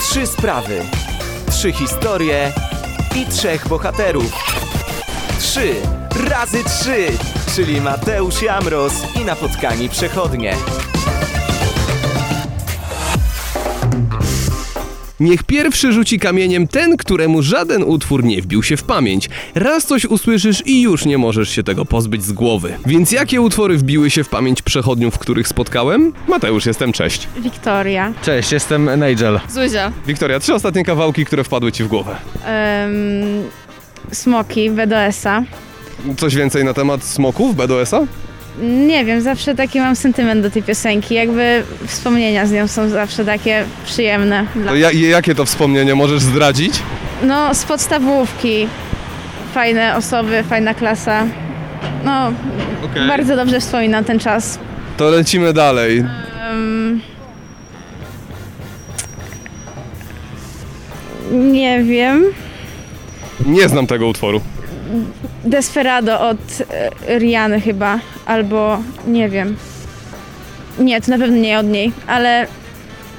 Trzy sprawy, trzy historie i trzech bohaterów. Trzy razy trzy, czyli Mateusz Jamros i napotkani przechodnie. Niech pierwszy rzuci kamieniem ten, któremu żaden utwór nie wbił się w pamięć. Raz coś usłyszysz i już nie możesz się tego pozbyć z głowy. Więc jakie utwory wbiły się w pamięć przechodniów, których spotkałem? Mateusz, jestem, cześć. Wiktoria. Cześć, jestem Nigel. Zuzia. Wiktoria, trzy ostatnie kawałki, które wpadły ci w głowę. Ym, smoki, BDS-a. Coś więcej na temat smoków BDS-a? Nie wiem, zawsze taki mam sentyment do tej piosenki. Jakby wspomnienia z nią są zawsze takie przyjemne. Dla... To ja, jakie to wspomnienie możesz zdradzić? No, z podstawówki. Fajne osoby, fajna klasa. No, bardzo dobrze wspominam ten czas. To lecimy dalej. Ym... Nie wiem. Nie znam tego utworu. Desperado od e, Riany chyba, albo nie wiem. Nie, to na pewno nie od niej, ale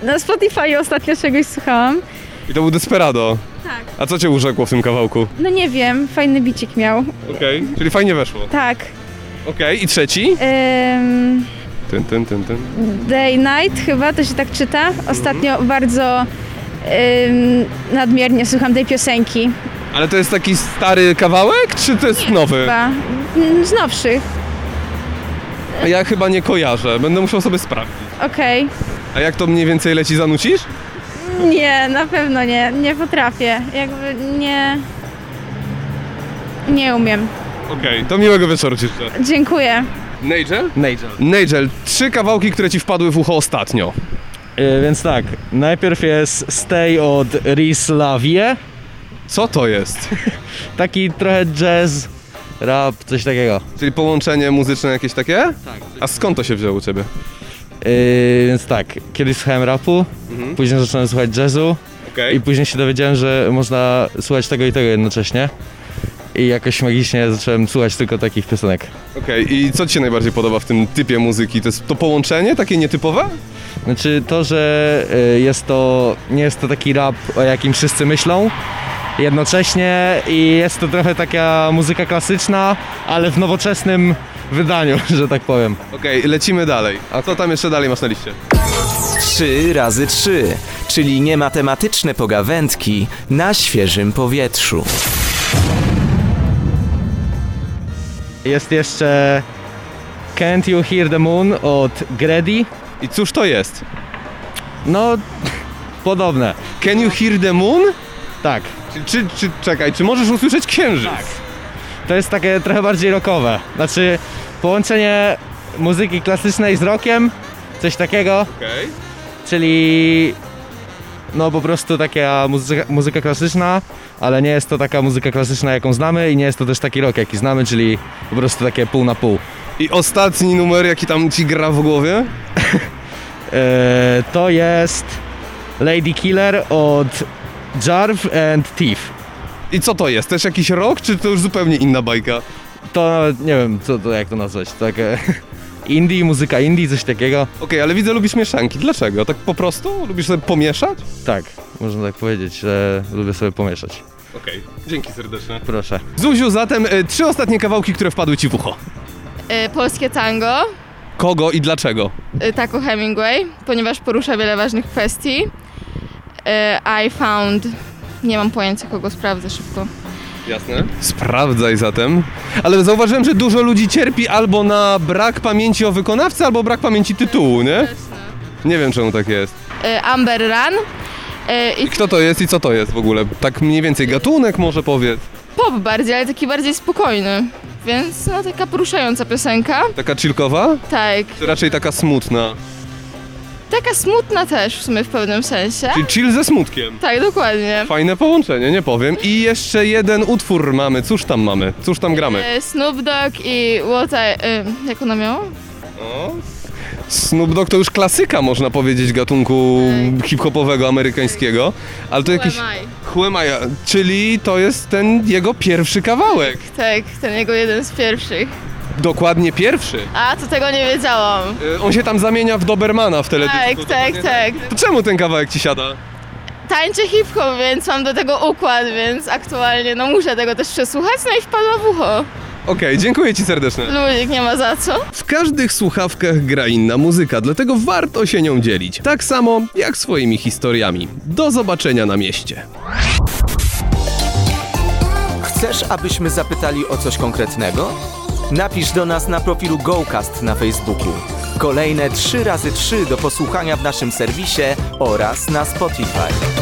na Spotify ostatnio czegoś słuchałam. I to był Desperado. Tak. A co cię urzekło w tym kawałku? No nie wiem, fajny bicik miał. Okej. Czyli fajnie weszło. Tak. Okej, i trzeci? Ym, Ten, ten, ten, ten. Day Night chyba, to się tak czyta. Ostatnio Mhm. bardzo ym, nadmiernie słucham tej piosenki. Ale to jest taki stary kawałek, czy to jest nowy? Chyba mm, z nowszych. A Ja chyba nie kojarzę, będę musiał sobie sprawdzić. Okej. A jak to mniej więcej leci, zanucisz? Nie, na pewno nie. Nie potrafię. Jakby nie. Nie umiem. Okej, to miłego wieczoru ci życzę. Dziękuję. Nigel? Nigel. Nigel, trzy kawałki, które ci wpadły w ucho ostatnio. więc tak, najpierw jest Stay od Riz Lavie, Co to jest? taki trochę jazz, rap, coś takiego. Czyli połączenie muzyczne jakieś takie? Tak. A skąd to się wzięło u ciebie? Yy, więc tak, kiedyś słuchałem rapu, później zacząłem słuchać jazzu Okej. i później się dowiedziałem, że można słuchać tego i tego jednocześnie. I jakoś magicznie zacząłem słuchać tylko takich piosenek. Okej, i co ci się najbardziej podoba w tym typie muzyki? To jest to połączenie takie nietypowe? Znaczy to, że y, jest to, nie jest to taki rap, o jakim wszyscy myślą jednocześnie i jest to trochę taka muzyka klasyczna, ale w nowoczesnym wydaniu, że tak powiem. Okej, lecimy dalej. A co tam jeszcze dalej masz na liście? Trzy razy trzy, czyli niematematyczne pogawędki na świeżym powietrzu. Jest jeszcze Can't You Hear the Moon od Grady. I cóż to jest? No, podobne. Can you hear the moon? Tak, Czy, czy, czy czekaj, czy możesz usłyszeć księżyc? Tak. to jest takie trochę bardziej rockowe. Znaczy połączenie muzyki klasycznej z rockiem, coś takiego. Okej. czyli no po prostu taka muzyka, muzyka klasyczna, ale nie jest to taka muzyka klasyczna, jaką znamy i nie jest to też taki rock, jaki znamy, czyli po prostu takie pół na pół. I ostatni numer, jaki tam ci gra w głowie? Eee, to jest Lady Killer od Jarv and Thief. I co to jest? Też jakiś rok, czy to już zupełnie inna bajka? To nawet nie wiem, co to, jak to nazwać, takie indie, muzyka indie, coś takiego. Okej, ale widzę, lubisz mieszanki. Dlaczego? Tak po prostu? Lubisz sobie pomieszać? Tak, można tak powiedzieć, że lubię sobie pomieszać. Okej, dzięki serdecznie. Proszę. Zuziu, zatem y, trzy ostatnie kawałki, które wpadły ci w ucho. Y, Polskie tango, Kogo i dlaczego? y, Taco Hemingway, ponieważ porusza wiele ważnych kwestii. Y, I found, nie mam pojęcia kogo, sprawdzę szybko. Jasne. Sprawdzaj zatem. Ale zauważyłem, że dużo ludzi cierpi albo na brak pamięci o wykonawcy, albo brak pamięci tytułu, nie? Nie wiem, czemu tak jest. Y, Amber Run y, i I kto to jest i co to jest w ogóle? Tak mniej więcej gatunek może powiedz. pop bardziej, ale taki bardziej spokojny. Więc no taka poruszająca piosenka. Taka chillkowa? Tak, Czy raczej taka smutna? taka smutna też w sumie w pewnym sensie. Czyli chill ze smutkiem. Tak, dokładnie. Fajne połączenie, nie powiem. I jeszcze jeden utwór mamy. Cóż tam mamy? Cóż tam gramy? Y, Snoop Dogg i What I, y, jak ona miała? O. Snoop Dogg to już klasyka, można powiedzieć, gatunku Tak. hip-hopowego amerykańskiego. Ale to jakiś... UMI. Chłemaja, czyli to jest ten jego pierwszy kawałek. Tak, ten jego jeden z pierwszych. Dokładnie pierwszy. E, A, to tego nie wiedziałam. Y, On się tam zamienia w Dobermana w teledysku. Tak, tak, dokładnie tak. To czemu ten kawałek ci siada? tańczę hip-hop, więc mam do tego układ, więc aktualnie no muszę tego też przesłuchać, no i wpadła w ucho. Okej, dziękuję Ci No serdecznie. Luzik, nie ma za co. W każdych słuchawkach gra inna muzyka, dlatego warto się nią dzielić. Tak samo jak swoimi historiami. Do zobaczenia na mieście. Chcesz, abyśmy zapytali o coś konkretnego? Napisz do nas na profilu GoCast na Facebooku. Kolejne 3 razy 3 do posłuchania w naszym serwisie oraz na Spotify.